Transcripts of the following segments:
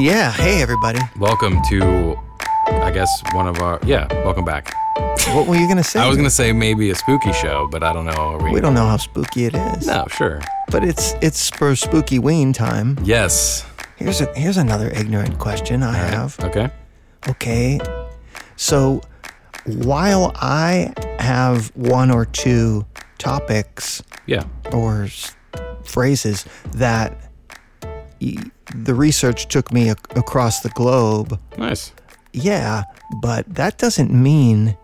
Yeah. Hey, everybody. Welcome to, I guess, one of our. Yeah, welcome back. What were you going to say? I was going to say maybe a spooky show, but I don't know. Are we, We don't know how spooky it is. No, sure. But it's it's for spooky ween time. Yes. Here's a here's another ignorant question I have. Okay. Okay. So while I have one or two topics Yeah. or s- phrases that y- the research took me ac- across the globe Nice. Yeah, but that doesn't mean.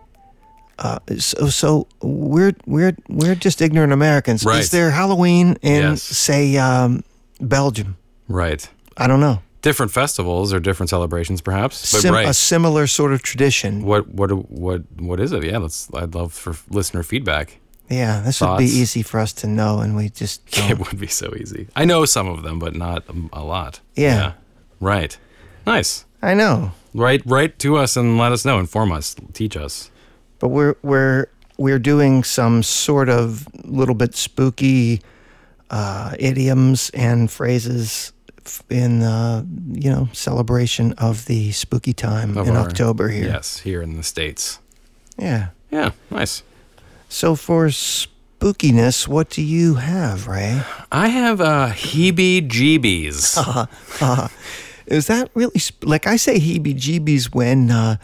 Uh, so, so we're we're we're just ignorant Americans. Right. Is there Halloween in Yes. say um, Belgium? Right. I don't know. Different festivals or different celebrations, perhaps. But Sim- right. A similar sort of tradition. what what what what is it? Yeah, let's. I'd love for listener feedback. Yeah, this would Thoughts? be easy for us to know, and we just don't. It would be so easy. I know some of them, but not um, a lot. Yeah. Right. Nice. I know, Write write to us and let us know. Inform us. Teach us. but we're we're we're doing some sort of little bit spooky uh, idioms and phrases f- in uh, you know celebration of the spooky time of in our- October here. Yes, here in the states. Yeah. Yeah, nice. So for spookiness, what do you have, Ray? I have uh, Oh, heebie-jeebies. Is that really sp- like I say heebie-jeebies when uh,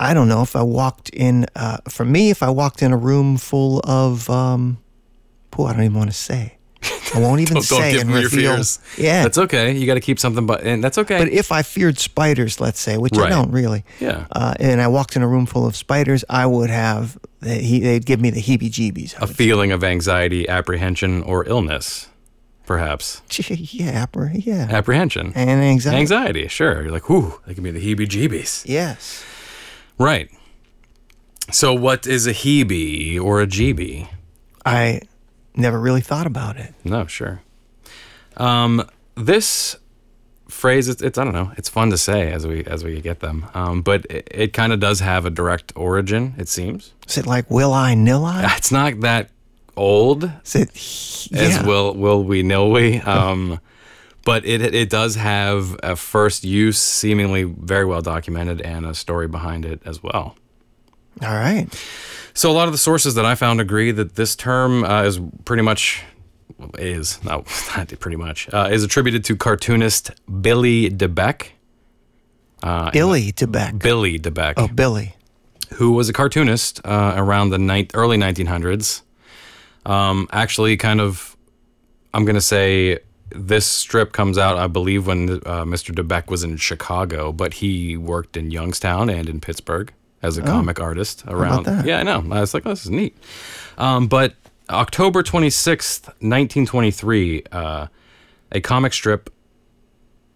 I don't know if I walked in. Uh, for me, if I walked in a room full of, um, pooh, I don't even want to say. I won't even Don't- don't say give and me your reveal. fears. Yeah, that's okay. You got to keep something, but and that's okay. but if I feared spiders, let's say, which I Right. don't really, Yeah. uh, and I walked in a room full of spiders, I would have the, he, they'd give me the heebie-jeebies. I a would- feeling of anxiety, apprehension, or illness, perhaps. yeah, appar- yeah, Apprehension, and anxiety. anxiety. Sure, you're like, whoo, that can be the heebie-jeebies. Yes. Right. So, what is a heebie or a jeebie? I never really thought about it. No, sure. Um, this phrase, it's, it's I don't know, it's fun to say as we as we get them, um, but it, it kind of does have a direct origin. It seems Is it like will I nil I? Uh, it's not that old Is it yeah. as will will we know we, um, but it it does have a first use, seemingly very well documented, and a story behind it as well. All right. So a lot of the sources that I found agree that this term uh, is pretty much well, is not, not pretty much uh, is attributed to cartoonist Billy DeBeck. Billy to back. Uh, Billy DeBeck, oh, Billy. who was a cartoonist uh, around the ni- early 1900s. Um, actually, kind of, I'm gonna say this strip comes out, I believe, when uh, Mr. DeBeck was in Chicago, but he worked in Youngstown and in Pittsburgh as a comic artist around. that? Yeah, I know. I was like, oh, this is neat. Um, but October 26th, 1923, uh, a comic strip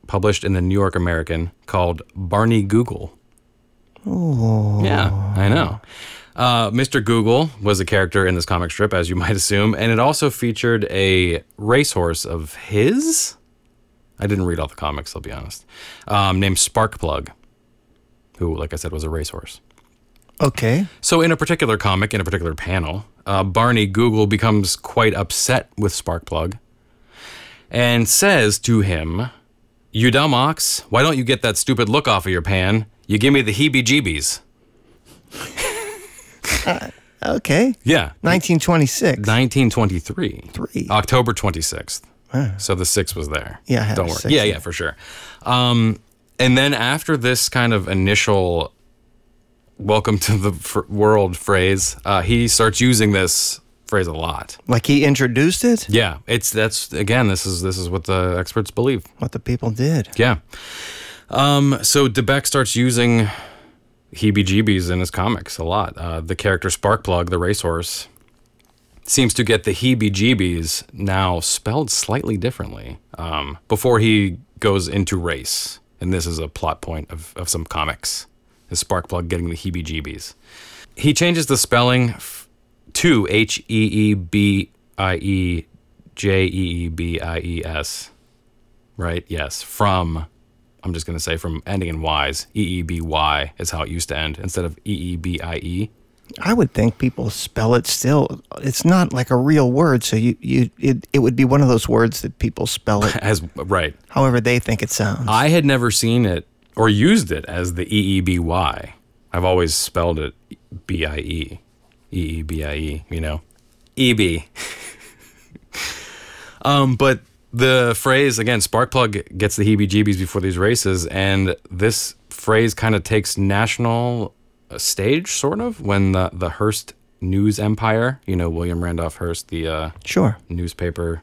published in the New York American called Barney Google. Yeah, I know. Uh, Mr. Google was a character in this comic strip, as you might assume, and it also featured a racehorse of his. I didn't read all the comics, I'll be honest. Um, named Sparkplug, who, like I said, was a racehorse. Okay. So, in a particular comic, in a particular panel, uh, Barney Google becomes quite upset with Sparkplug and says to him, You dumb ox, why don't you get that stupid look off of your pan? You give me the heebie jeebies. Okay. Yeah. 1926. 1923. Three. October 26th. So the six was there. Yeah, I had Don't a worry. six yeah, there. yeah, for sure. Um, and then after this kind of initial welcome to the f- world phrase, uh, he starts using this phrase a lot. Like he introduced it? Yeah, it's that's again. This is this is what the experts believe. What the people did. Yeah. Um, so DeBeck starts using heebie-jeebies in his comics a lot. Uh, the character Sparkplug, the racehorse, seems to get the heebie-jeebies now spelled slightly differently um, before he goes into race. And this is a plot point of, of some comics, is Sparkplug getting the heebie-jeebies. He changes the spelling f- to E E H-E-E-B-I-E-J-E-E-B-I-E-S right? Yes, from. I'm just gonna say from ending in y's. E E B Y is how it used to end instead of E E B I E. I would think people spell it still. It's not like a real word, so you, you it, it would be one of those words that people spell it As right, however they think it sounds. I had never seen it or used it as the E E B Y. I've always spelled it B I E, E E B I E. You know, E B. um, but the phrase again, sparkplug gets the heebie-jeebies before these races, and this phrase kind of takes national uh, stage, sort of, when the the Hearst news empire, you know, William Randolph Hearst, the uh, sure. newspaper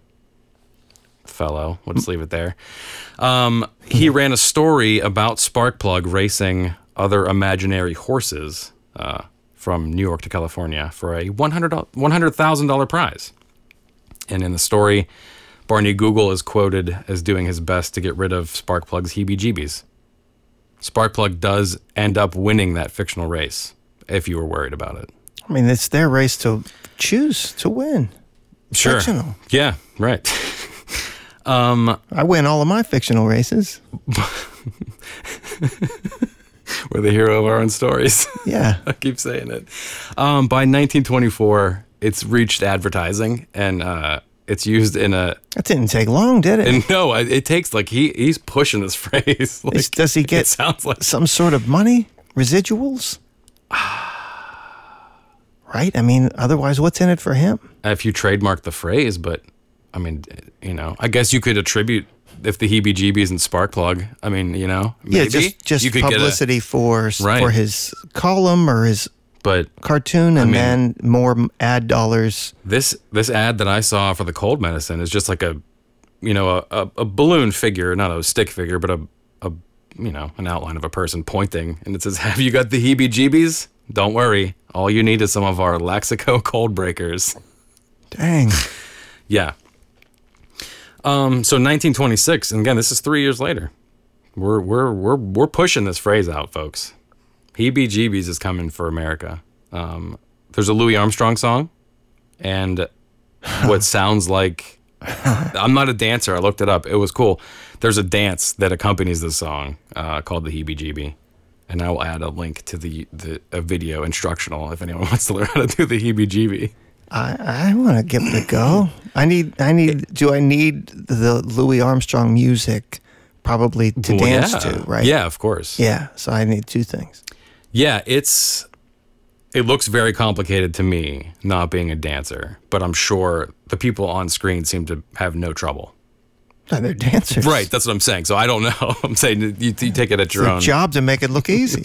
fellow. We'll just leave it there. Um, he ran a story about Sparkplug racing other imaginary horses uh, from New York to California for a $100 $100,000 prize. And in the story, Barney Google is quoted as doing his best to get rid of Sparkplug's heebie jeebies. Sparkplug does end up winning that fictional race, if you were worried about it. I mean, it's their race to choose to win. Sure. Fictional. Yeah, right. I win all of my fictional races. We're the hero of our own stories. Yeah. I keep saying it. Um, by 1924, it's reached advertising and uh, it's used in a. That didn't take long, did it? And no, I- it takes like he he's pushing this phrase. Like, Is- does he it get sounds like some sort of money? Residuals? right? I mean, otherwise, what's in it for him? if you trademark the phrase, but I mean, you know, I guess you could attribute if the heebie-jeebies and spark plug. I mean, you know, maybe yeah, just, you just could get publicity for, Right. for his column or his a, but cartoon and then more ad dollars. this this ad that I saw for the cold medicine is just like a you know a, a, a balloon figure, not a stick figure, but a a you know an outline of a person pointing, and it says, "Have you got the heebie-jeebies? Don't worry, all you need is some of our Laxico cold breakers." Dang. Yeah. Um. So 1926, and again, this is three years later. We're we're we're we're pushing this phrase out, folks. Heebie-jeebies is coming for America. Um. There's a Louis Armstrong song, and what sounds like I'm not a dancer. I looked it up. It was cool. There's a dance that accompanies this song uh, called the heebie-jeebie. And I will add a link to the, the a video instructional if anyone wants to learn how to do the heebie-jeebie. I, I want to give it a go. I need, I need, do I need the Louis Armstrong music probably to Well, dance yeah. to, right? Yeah, of course. Yeah. So I need two things. Yeah, it's it looks very complicated to me not being a dancer, but I'm sure the people on screen seem to have no trouble. No, they're dancers. Right, that's what I'm saying. So I don't know. I'm saying that you, you take it at your Their own. job to make it look easy.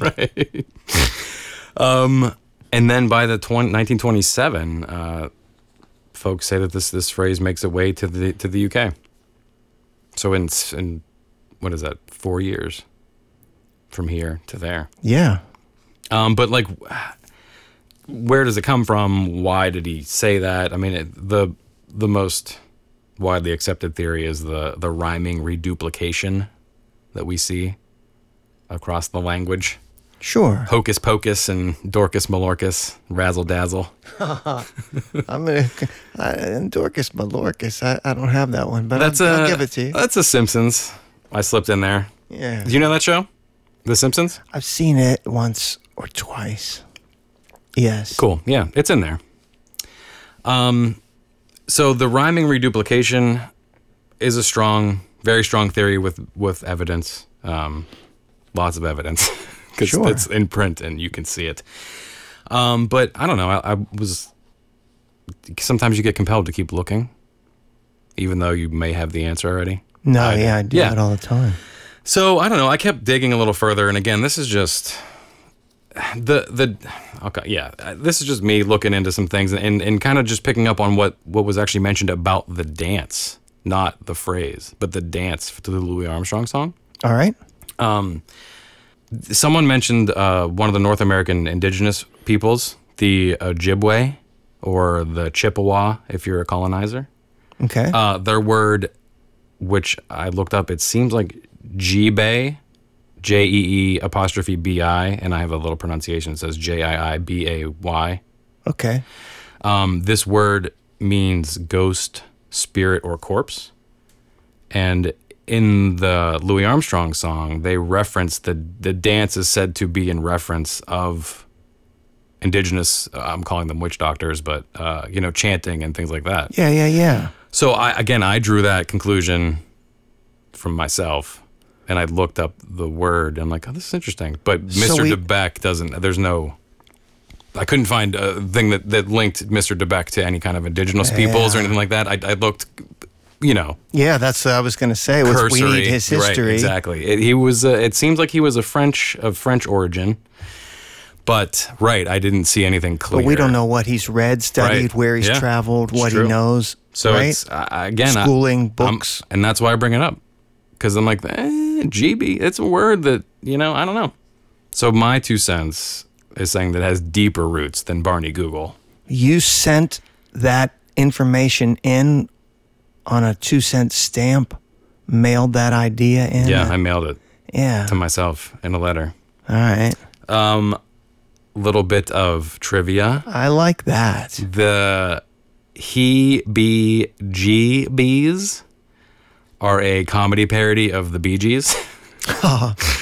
And then by the 20, 1927, uh, folks say that this this phrase makes its way to the to the UK. So in s- in what is that? 4 years from here to there. Yeah. Um, but like, where does it come from? Why did he say that? I mean, it, the the most widely accepted theory is the the rhyming reduplication that we see across the language. Sure. Hocus pocus and Dorcas Malorcus, razzle dazzle. I'm gonna I, and Dorcas Malorcas. I, I don't have that one, but That's I'll, a I'll give it to you. that's a Simpsons. I slipped in there. yeah, Do you know that show, The Simpsons? I've seen it once or twice. Yes. Cool. Yeah, it's in there. Um, so the rhyming reduplication is a strong, very strong theory with with evidence, um, lots of evidence, because Sure. it's in print and you can see it. Um, but I don't know. I, I was sometimes you get compelled to keep looking, even though you may have the answer already. No, yeah, I do yeah. that all the time. So I don't know. I kept digging a little further, and again, this is just the the okay, yeah. uh, This is just me looking into some things and and, and kind of just picking up on what what was actually mentioned about the dance, not the phrase, but the dance to the Louis Armstrong song. All right. Someone mentioned uh, one of the North American indigenous peoples, the Ojibwe or the Chippewa, if you're a colonizer. Okay. Uh, their word, which I looked up, it seems like Jibe, J E E apostrophe B I, and I have a little pronunciation. It says J I I B A Y. okay. Um, this word means ghost, spirit, or corpse. And in the Louis Armstrong song, they reference the the dance is said to be in reference of indigenous, uh, I'm calling them witch doctors, but, uh, you know, chanting and things like that. Yeah, yeah, yeah. So I, again, I drew that conclusion from myself and I looked up the word. I'm like, oh, this is interesting. But Mr. So we- DeBeck doesn't, there's no, I couldn't find a thing that, that linked Mr. DeBeck to any kind of indigenous peoples or Yeah. anything like that. I, I looked, you know, Yeah, that's what I was going to say. Was we cursory. need his Right, history. exactly. It, he was. Uh, it seems like he was a French of French origin, but right, I didn't see anything clear. But we don't know what he's read, studied, Right. where he's Yeah. traveled, It's what true. he knows. So right? it's uh, again I- schooling, I'm- books. and that's why I bring it up because I'm like, eh, GB. It's a word that you know. I don't know. So my two cents is saying that it has deeper roots than Barney Google. you sent that information in on a two cent stamp, mailed that idea in. Yeah, I mailed it yeah. to myself in a letter. All right. Little bit of trivia. I like that. The He Be G Bees are a comedy parody of the Bee Gees. I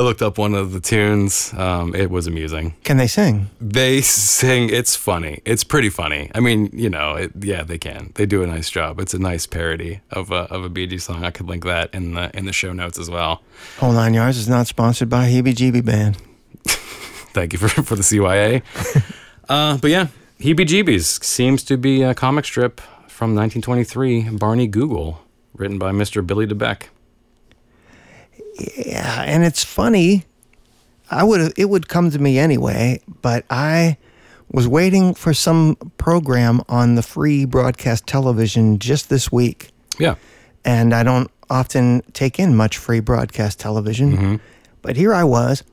looked up one of the tunes. Um, it was amusing. Can they sing? They sing, it's funny. It's pretty funny. I mean, you know, it, yeah, they can. They do a nice job. It's a nice parody of a, of a Bee Gees song. I could link that in the in the show notes as well. Whole Nine Yards is not sponsored by Heebie Jeebie Band. Thank you for, for the CYA. uh, but yeah, Heebie Jeebies seems to be a comic strip from 1923, Barney Google, written by Mr. Billy DeBeck. Yeah, and it's funny. I would it would come to me anyway, but I was waiting for some program on the free broadcast television just this week. Yeah. and I don't often take in much free broadcast television. Mm-hmm. But here I was,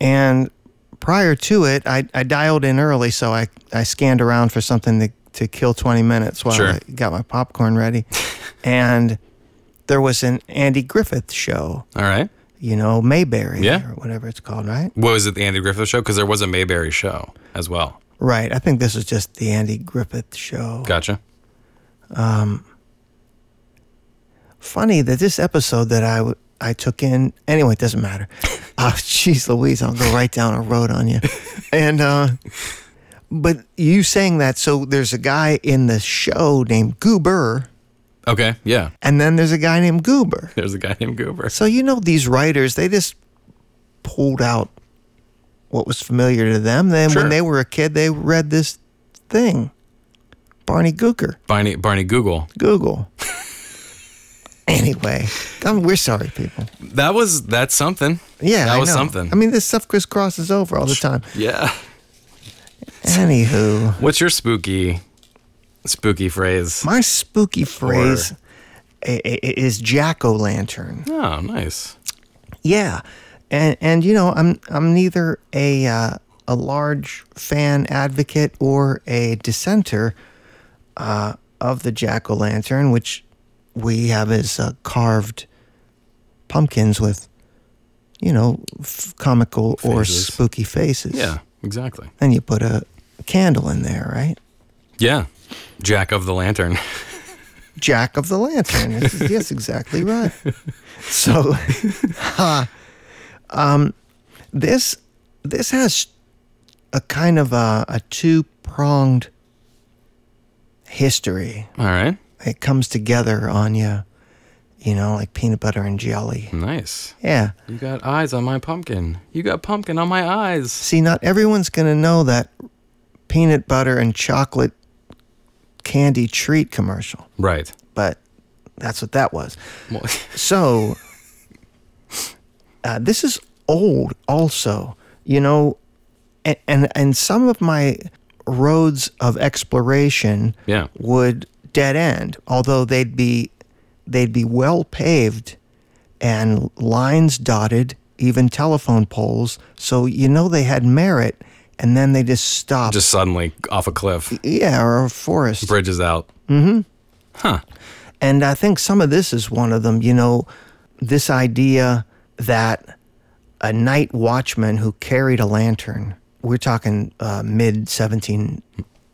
and prior to it, I, I dialed in early, so I, I scanned around for something to, to kill 20 minutes while Sure. I got my popcorn ready. and there was an Andy Griffith show, All right. you know, Mayberry Yeah. or whatever it's called, right? What was it, the Andy Griffith show? Because there was a Mayberry show as well. Right. I think this is just the Andy Griffith show. Gotcha. funny that this episode that I, w- I took in anyway it doesn't matter oh jeez louise i'll go right down a road on you and uh but you saying that so there's a guy in the show named goober Okay. Yeah. and then there's a guy named goober There's a guy named Goober. so you know these writers they just pulled out what was familiar to them then Sure. when they were a kid they read this thing barney gooker Barney, Barney Google. google anyway um, we're sorry people That was, that's something. Yeah, That I was know. something. I mean, this stuff crisscrosses over all the time. yeah. Anywho, What's your spooky, spooky phrase? my spooky phrase i- i- is jack o' lantern. Oh, nice. Yeah, and and you know, I'm I'm neither a uh, a large fan advocate or a dissenter uh, of the jack o' lantern, which we have as uh, carved pumpkins with, you know, f- comical or Faces. spooky faces. Yeah, exactly. and you put a candle in there, right? Yeah. Jack of the Lantern. Jack of the Lantern. This is- yes, exactly right. So, uh, um, this this has a kind of a, a two pronged history. All right. It comes together on you, you know, like peanut butter and jelly. Nice. Yeah. You got eyes on my pumpkin. You got pumpkin on my eyes. See, not everyone's gonna know that peanut butter and chocolate candy treat commercial, Right. but that's what that was. Well, So, uh, this is old, also, you know, and, and and some of my roads of exploration Yeah. would dead end, although they'd be they'd be well paved and lines dotted, even telephone poles. So you know they had merit, and then they just stopped. just suddenly off a cliff, yeah, or a forest. bridges out. Mm-hmm. And I think some of this is one of them, you know, this idea that a night watchman who carried a lantern, we're talking uh, mid 17th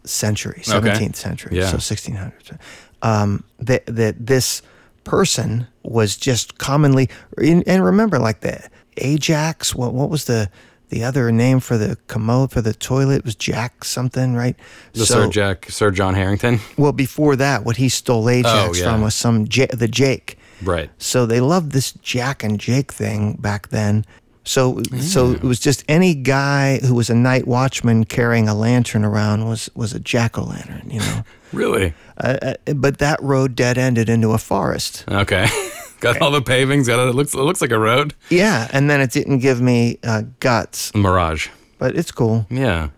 century, 17th century, Yeah. so 1600s, um, that, that this person was just commonly, and, and remember, like the Ajax, what, what was the, The other name for the commode for the toilet was Jack something, right? The Sir Jack, Sir John Harrington. Well, before that, what he stole Ajax Oh, yeah. from was some J- the Jake. Right. So they loved this Jack and Jake thing back then. So so it was just any guy who was a night watchman carrying a lantern around was was a jack o' lantern, you know. Really? uh, uh, but that road dead ended into a forest. Okay. got all the pavings. Got it. it Looks it looks like a road. Yeah, and then it didn't give me uh, guts, Mirage. but it's cool. Yeah.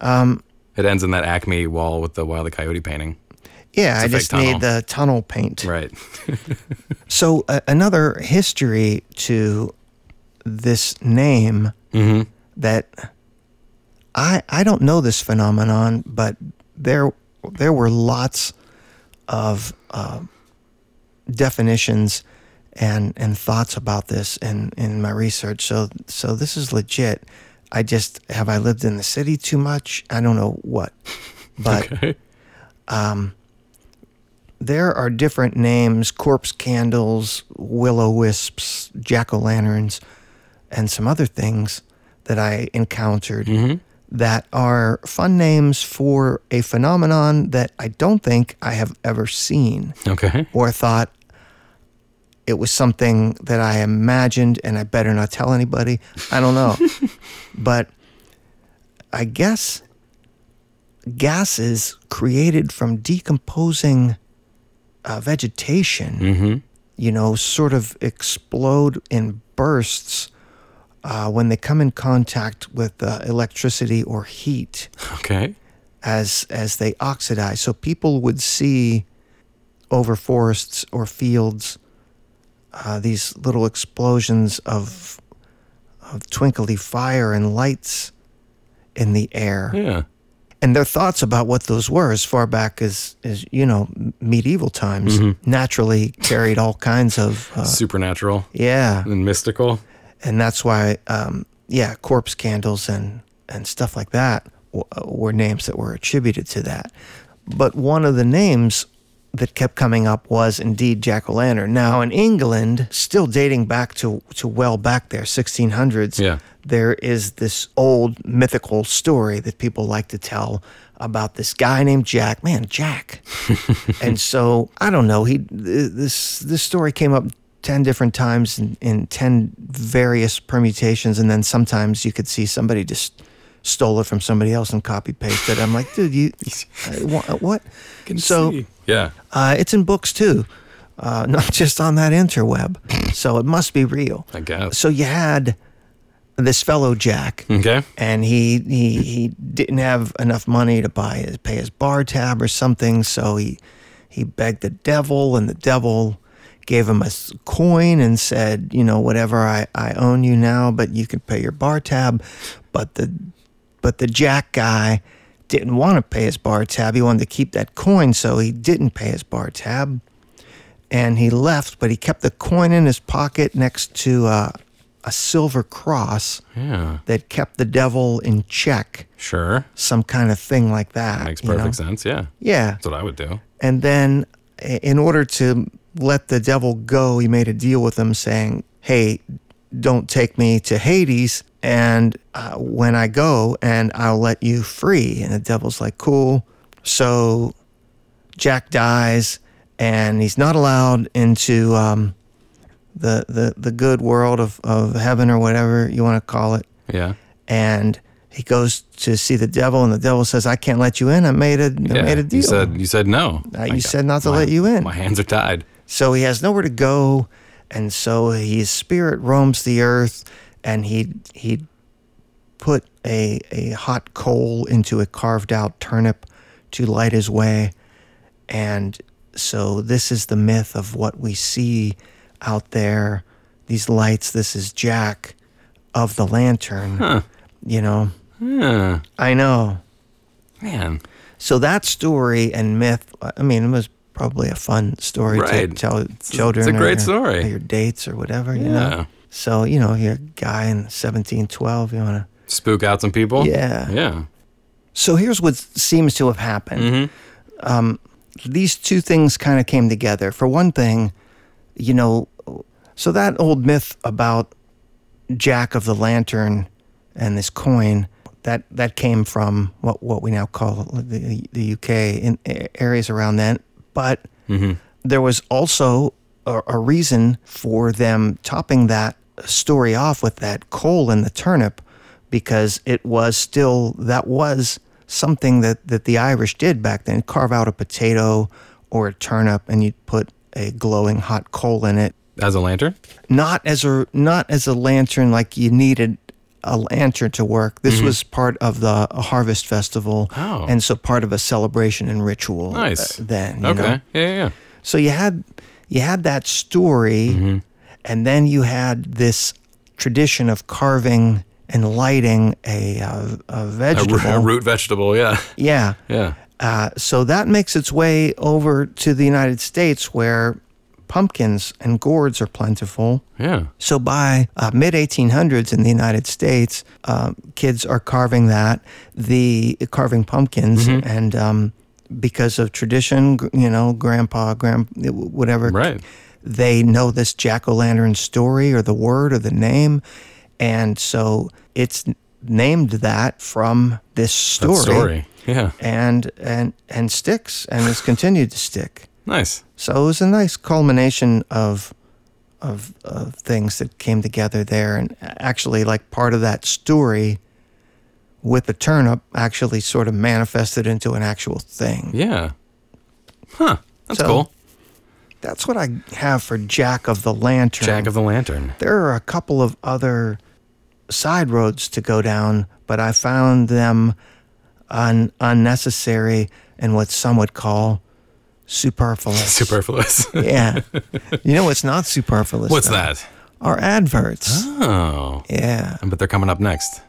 Um. It ends in that Acme wall with the Wile E. Coyote painting. Yeah, I fake just tunnel. need the tunnel paint. Right. So uh, another history to this name that I I don't know this phenomenon, but there there were lots of uh, definitions and and thoughts about this in in my research. So so this is legit. I just have I lived in the city too much? I don't know what, but Okay. there are different names corpse candles, will o wisps, jack o' lanterns, and some other things that I encountered that are fun names for a phenomenon that I don't think I have ever seen Okay. or thought it was something that I imagined and I better not tell anybody. I don't know. but I guess gases created from decomposing uh, vegetation, Mm. Mm-hmm. you know, sort of explode in bursts. Uh, when they come in contact with uh, electricity or heat, Okay. as as they oxidize. So people would see over forests or fields uh, these little explosions of of twinkly fire and lights in the air, Yeah. and their thoughts about what those were as far back as as you know medieval times naturally carried all kinds of uh, Supernatural yeah, and mystical. and that's why um, yeah, corpse candles and and stuff like that w- uh, were names that were attributed to that. But one of the names that kept coming up was indeed jack o' lantern. Now in England, still dating back to to well back there, 1600s. Yeah. There is this old mythical story that people like to tell about this guy named Jack. Man, Jack. and so I don't know. He th- this this story came up ten different times in, in ten various permutations, and then sometimes you could see somebody just stole it from somebody else and copy pasted. I'm like, dude, you I wa- what? so Yeah. Uh, it's in books too, uh, not just on that interweb. so it must be real. I guess. So you had this fellow Jack Okay. and he he he didn't have enough money to buy his pay his bar tab or something, so he he begged the devil, and the devil gave him a s- coin and said, you know, whatever I I own you now, but you can pay your bar tab, but the but the Jack guy didn't want to pay his bar tab. He wanted to keep that coin, so he didn't pay his bar tab. And he left, but he kept the coin in his pocket next to uh, a silver cross Yeah. that kept the devil in check, Sure. some kind of thing like that. Makes you know? perfect sense. Yeah. Yeah. That's what I would do. And then, i- in order to let the devil go, he made a deal with him saying, Hey, don't take me to Hades. And uh, when I go, and I'll let you free. And the devil's like, Cool. So Jack dies, and he's not allowed into um, the, the, the good world of, of heaven or whatever you want to call it Yeah. and he goes to see the devil, and the devil says, "I can't let you in. I made a, I yeah. made a deal. You said you said no. Uh, I you got- said not to my- let you in." My hands are tied. So he has nowhere to go, and so his spirit roams the earth, and he he put a a hot coal into a carved out turnip to light his way, and so this is the myth of what we see out there. These lights. This is Jack of the lantern. You know, Huh. I know. Man. So that story and myth, I mean, it was probably a fun story to Right. tell children. it's a or your- great story. or your dates or whatever, you Yeah. know. So you know, you're a guy in seventeen, twelve. You wanna. Spook out some people. Yeah. Yeah. So here's what seems to have happened. Um, these two things kind of came together. For one thing, you know, so that old myth about Jack of the Lantern and this coin that that came from what what we now call the, the UK in areas around then. But there was also a, a reason for them topping that story off with that coal and the turnip, because it was still that was something that that the Irish did back then: carve out a potato or a turnip, and you'd put a glowing hot coal in it As a lantern? not as a not as a lantern like you needed a lantern to work. This was part of the harvest festival, Mm-hmm. Oh. and so part of a celebration and ritual. uh, Nice. then you Okay. know? Yeah, yeah, yeah. so you had you had that story, Mm-hmm. and then you had this tradition of carving and lighting a uh, a A, vegetable. ro- a root vegetable, yeah. Yeah, Yeah. uh, so that makes its way over to the United States, where pumpkins and gourds are plentiful. Yeah. So by uh, mid 1800s in the United States, um, kids are carving that, the carving pumpkins, Mm-hmm. and um, because of tradition, gr- you know, grandpa, grand, whatever, Right. they know this jack o' lantern story or the word or the name, and so it's n- named that from this story, Story. Yeah. and and and sticks and has continued to stick. Nice. So it was a nice culmination of of, of things that came together there, and actually, like part of that story with the turnip actually sort of manifested into an actual thing. Yeah. Huh. That's So- cool. That's what I have for Jack of the Lantern. Jack of the Lantern. there are a couple of other side roads to go down, but I found them un- unnecessary and what some would call superfluous. Superfluous. yeah. You know what's not superfluous? What's though? that? Are adverts. Oh. Yeah. But they're coming up next.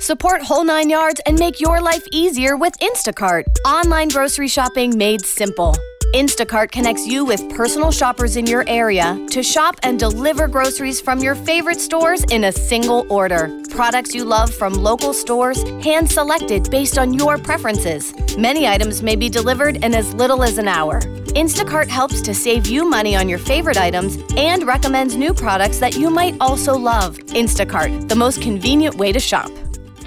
Support Whole Nine Yards and make your life easier with Instacart. Online grocery shopping made simple. Instacart connects you with personal shoppers in your area to shop and deliver groceries from your favorite stores in a single order. Products you love from local stores, hand selected based on your preferences. Many items may be delivered in as little as an hour. Instacart helps to save you money on your favorite items and recommends new products that you might also love. Instacart, the most convenient way to shop.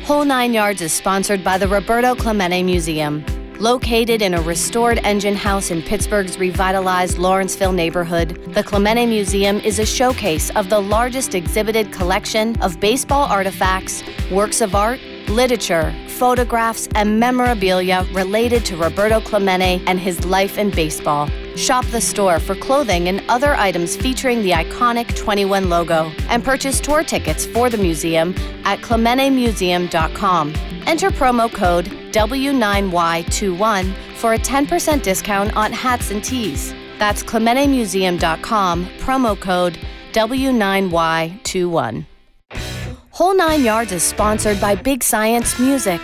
Whole Nine Yards is sponsored by the Roberto Clemente Museum. Located in a restored engine house in Pittsburgh's revitalized Lawrenceville neighborhood, the Clemente Museum is a showcase of the largest exhibited collection of baseball artifacts, works of art, literature, photographs, and memorabilia related to Roberto Clemente and his life in baseball. Shop the store for clothing and other items featuring the iconic 21 logo and purchase tour tickets for the museum at clementemuseum.com. Enter promo code W9Y21 for a 10% discount on hats and tees. That's clementemuseum.com, promo code W9Y21. Whole Nine Yards is sponsored by Big Science Music.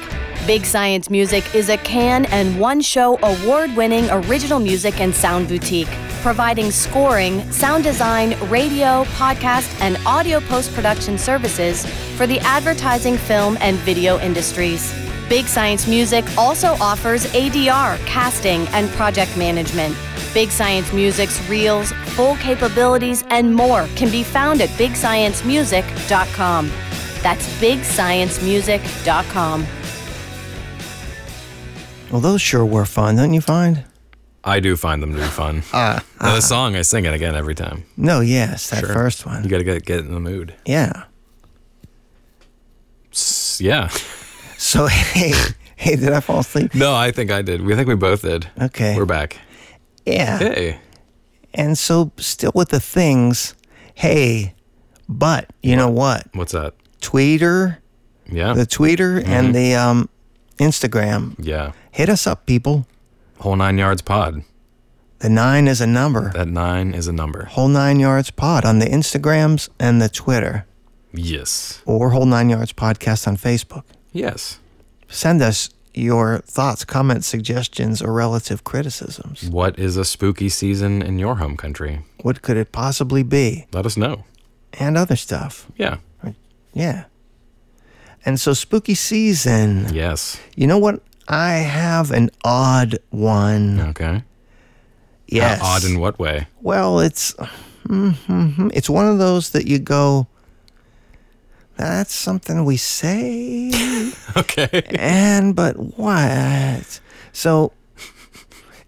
Big Science Music is a can and one show award winning original music and sound boutique, providing scoring, sound design, radio, podcast, and audio post production services for the advertising, film, and video industries. Big Science Music also offers ADR, casting, and project management. Big Science Music's reels, full capabilities, and more can be found at bigsciencemusic.com. That's bigsciencemusic.com. Well, those sure were fun, don't you find? I do find them to be fun. Uh, Now, the song, I sing it again every time. No, yes, that first You one. got to get, get in the mood. Yeah. S- Yeah. So, hey, hey, did I fall asleep? No, I think I did. We I think we both did. Okay. Uh. We're back. Yeah. Hey. And so, still with the things, hey, but you know what? What's that? Tweeter, Yeah. the tweeter and the um, Instagram, yeah. hit us up, people. Whole nine yards pod. The nine is a number. That nine is a number. Whole Nine Yards Pod on the Instagrams and the Twitter, Yes. or Whole Nine Yards Podcast on Facebook. Yes. Send us your thoughts, comments, suggestions, or relative criticisms. What is a spooky season in your home country? What could it possibly be? Let us know. And other stuff. Yeah. Yeah. And so, spooky season. Yes. You know what? I have an odd one. Okay. Yes. How odd in what way? mm-hmm. Well, it's mhm, mhm. it's one of those that you go. That's something we say. Okay. and but what? So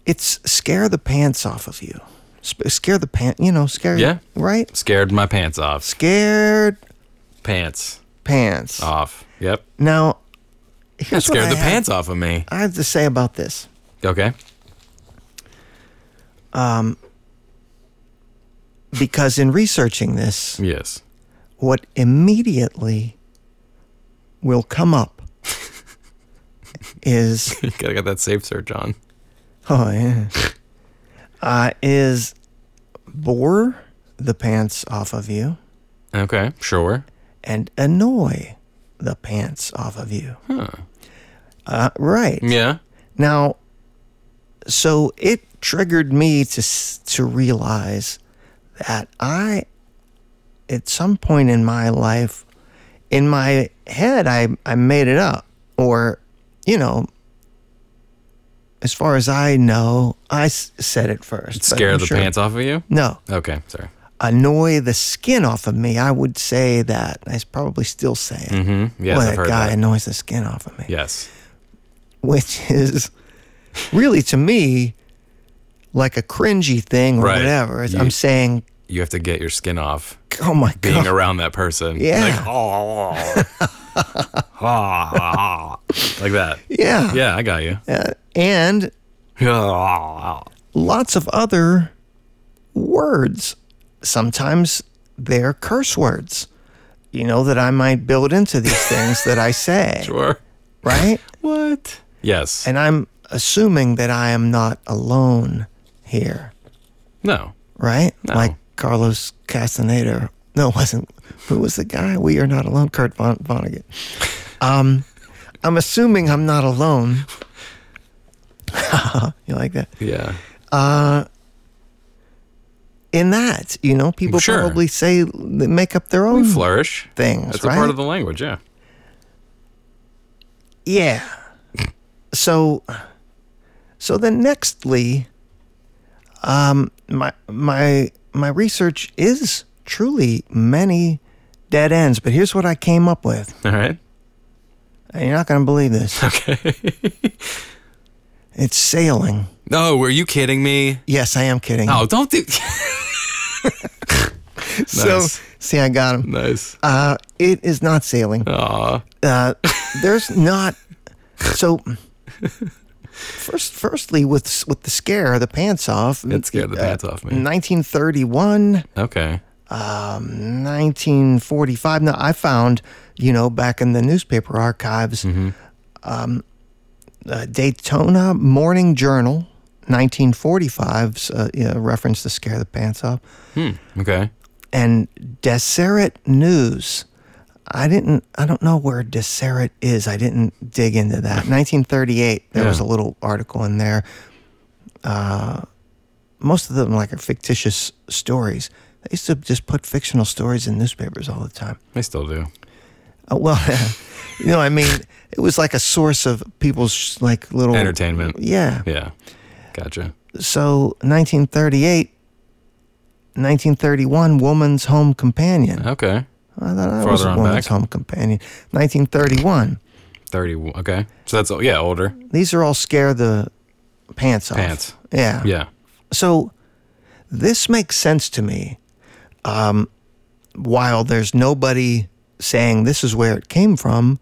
it's scare the pants off of you. Sp- scare the pant, you know, scare. Yeah. Right? Scared my pants off. Scared Pants pants. off. Yep. now, Ah. That here's what scared I the have- pants off of me. I have to say about this. Okay. because in researching this, Yes. what immediately will come up is You gotta get that safe search on. oh yeah, uh, is bore the pants off of you Okay. Sure. and annoy the pants off of you. Uh, right Yeah. now, so it triggered me to s- to realize that I, at some point in my life, in my head, I, I made it up. Or, you know, as far as I know, I s- said it first. but Scare I'm the sure- pants off of you. No, Okay. Sorry. annoy the skin off of me. I would say that. I s- probably still say it. Mm-hmm. Yes, Boy, I've that heard guy that. annoys the skin off of me. Yes. Which is really, to me, like a cringy thing or Right. whatever. It's- You- I'm saying, You have to get your skin off oh my being God. around that person. Yeah. Like, oh. like that. yeah. Yeah, I got you. Uh, and lots of other words. Sometimes they're curse words, you know, that I might build into these things that I say, sure. right? What? Yes. And I'm assuming that I am not alone here, no. right? No. Like Carlos Castaneda. No, it wasn't. Who was the guy? We are not alone. Kurt Von- Vonnegut. Um, I'm assuming I'm not alone. you like that? Yeah. in that. You know, people Sure. probably say they make up their own We flourish. Hmm. things, That's right? a part of the language. Yeah. yeah. So, so then nextly, um, my my my research is truly many dead ends. But here's what I came up with, All right. and you're not going to believe this. Okay. It's sailing. no, were you kidding me? Yes, I am kidding. No, don't do. so nice. see, I got him. nice. Uh, it is not sailing. Aw. uh, there's not so first firstly with s- with the scare the pants off uh, It scared the pants off me. 1931 Okay. 1945 um, now i found you know back in the newspaper archives um, uh, daytona morning journal 1945's uh, you know, reference to scare the pants off Okay. and Deseret News. I didn't. I don't know where Deseret is. I didn't dig into that. 1938. There was a Yeah. little article in there. Uh, most of them like are fictitious stories. They used to just put fictional stories in newspapers all the time. They still do. Uh, well, you know, I mean, it was like a source of people's like little Entertainment. Yeah. Yeah. Gotcha. So 1938, 1931, Woman's Home Companion. Okay. I thought I Farther was a on woman's back. home companion. 1931. 30. Okay. So that's, yeah, older. These are all scare the pants off. Pants. Yeah. Yeah. So this makes sense to me. Um, while there's nobody saying this is where it came from,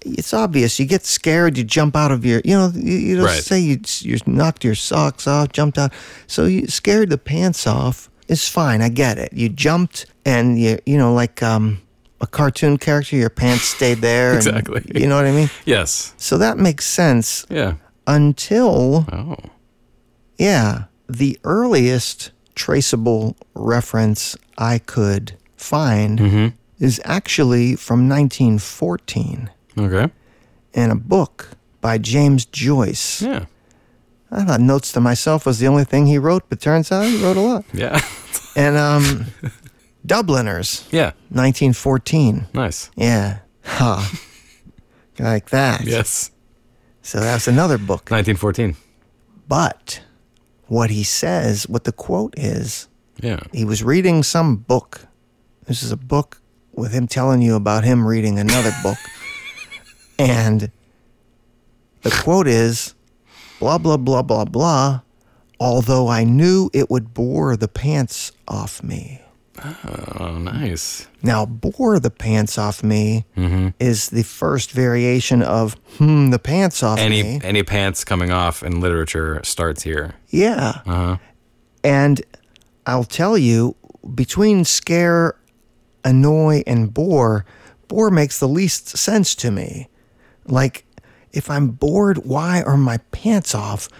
it's obvious. You get scared, you jump out of your, you know, you, you don't Right. say you, you knocked your socks off, jumped out. So you scared the pants off. It's fine. I get it. You jumped and you, you know, like um, a cartoon character, your pants stayed there. and- Exactly. you know what I mean? Yes. So that makes sense Yeah. until. Oh. Yeah. The earliest traceable reference I could find is actually from 1914 Okay. in a book by James Joyce. Yeah. I thought notes to myself was the only thing he wrote, but turns out he wrote a lot. Yeah. And um, Dubliners, yeah. 1914. Nice. Yeah. Huh. like that. Yes. So that's another book. 1914. But what he says, what the quote is, Yeah. he was reading some book. This is a book with him telling you about him reading another book. and the quote is blah, blah, blah, blah, blah, although I knew it would bore the pants off me. Oh, nice. Now, bore the pants off me is the first variation of hmm, the pants off Any me. any pants coming off in literature starts here. Yeah. Uh-huh. And I'll tell you, between scare, annoy, and bore, bore makes the least sense to me. Like, if I'm bored, why are my pants off?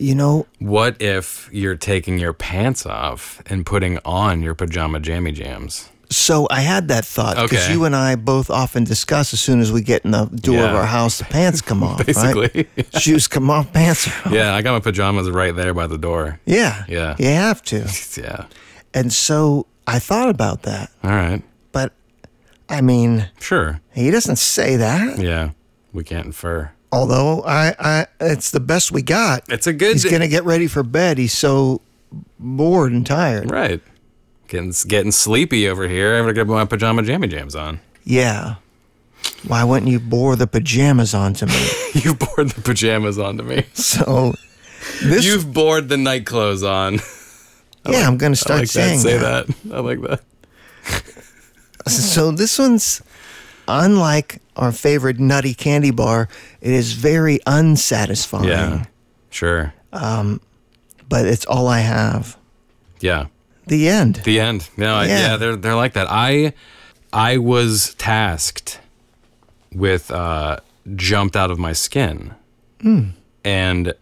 You know, What if you're taking your pants off and putting on your pajama jammy jams? so I had that thought because Okay. you and I both often discuss as soon as we get in the door of Yeah. our house, the pants come off, Basically. right? Shoes come off, pants are off. Yeah, I got my pajamas right there by the door. Yeah. Yeah. You have to. Yeah. And so I thought about that, All right. but I mean, Sure. he doesn't say that. Yeah. We can't infer. although I, I it's the best we got. It's a good He's gonna get ready for bed. He's so bored and tired. Right. Getting getting sleepy over here. I'm gonna get my pajama jammy jams on. Yeah. Why wouldn't you bore the pajamas onto me? You poured the pajamas onto me. so this You've bored the night clothes on. yeah, I'm gonna I start like that. saying Say that. I like that. So this one's unlike our favorite nutty candy bar. It is very unsatisfying, Yeah. Sure. but it's all I have. Yeah. The end. The end. No, I, Yeah. yeah, they're they're like that. I I was tasked with uh jumped out of my skin. Hmm. And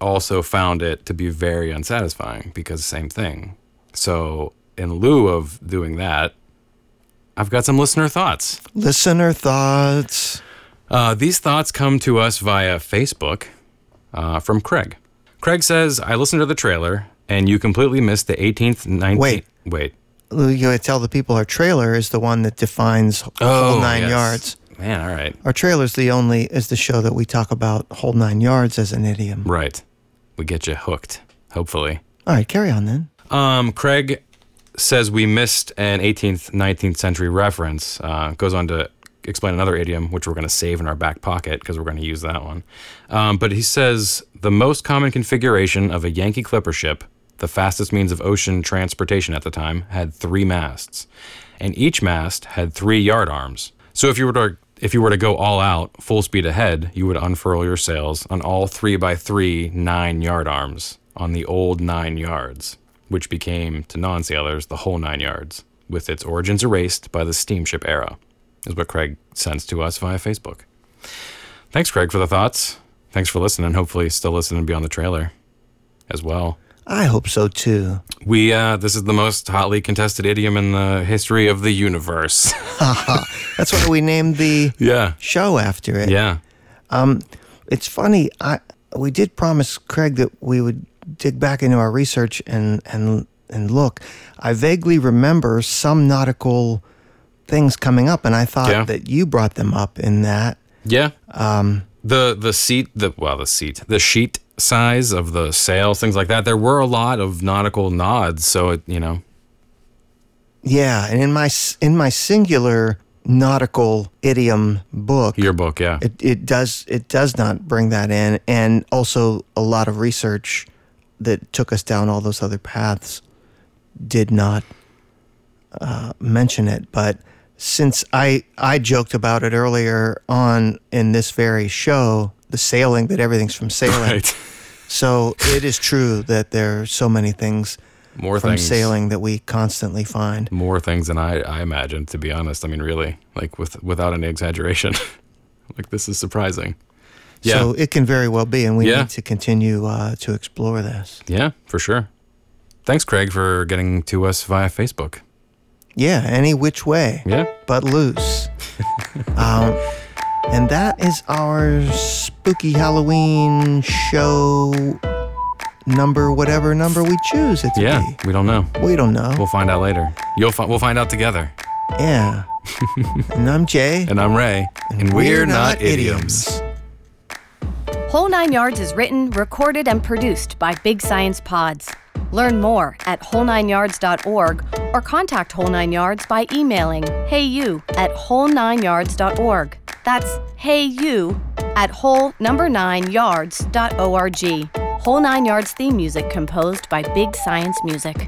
also found it to be very unsatisfying because same thing. So in lieu of doing that, I've got some listener thoughts. Listener thoughts. Uh, these thoughts come to us via Facebook uh, from Craig. Craig says, I listened to the trailer and you completely missed the 18th, 19th. Wait. Wait. You gotta tell the people our trailer is the one that defines whole nine Oh, yes. yards. Man, all right. Our trailer's the only is the show that we talk about whole nine yards as an idiom. Right. We get you hooked, hopefully. All right, carry on then. Um, Craig says we missed an 18th, 19th century reference. Uh, goes on to explain another idiom, which we're going to save in our back pocket because we're going to use that one. Um, but he says the most common configuration of a Yankee clipper ship, the fastest means of ocean transportation at the time, had three masts, and each mast had three yard arms. So if you were to if you were to go all out, full speed ahead, you would unfurl your sails on all three by three nine yard arms on the old nine yards which became to non sailors the whole nine yards, with its origins erased by the steamship era, is what Craig sends to us via Facebook. Thanks, Craig, for the thoughts. Thanks for listening. Hopefully, still listening beyond the trailer as well. I hope so too. We uh, this is the most hotly contested idiom in the history of the universe. That's why we named the yeah, show after it. yeah, It's funny. I we did promise Craig that we would dig back into our research and and and look. I vaguely remember some nautical things coming up, and I thought Yeah. that you brought them up in that. yeah. Um, the the seat the well the seat the sheet size of the sails things like that. There were a lot of nautical nods, so it you know Yeah, and in my s- in my singular nautical idiom book, your book, yeah. it, it does it does not bring that in and also a lot of research that took us down all those other paths did not uh, mention it but since I, I joked about it earlier on in this very show the sailing that everything's from sailing right. so it is true that there are so many things More from things. sailing that we constantly find more things than I, I imagined, to be honest. I mean, really, like with without any exaggeration. like this is surprising. Yeah, so it can very well be and we Yeah. need to continue uh, to explore this yeah, for sure. Thanks, Craig, for getting to us via Facebook. yeah any which way Yeah, but loose. um, and that is our spooky Halloween show number, whatever number we choose it to yeah. We don't know. be. We don't know. We'll find out later. You'll fi- we'll find out together. yeah. and I'm Jay. And I'm Ray, and we're, not, idioms. Whole Nine Yards is written, recorded, and produced by Big Science Pods. Learn more at whole9yards.org or contact Whole 9 Yards by emailing heyu at whole9yards.org. That's heyu at whole number 9 yards.org. Whole 9 Yards theme music composed by Big Science Music.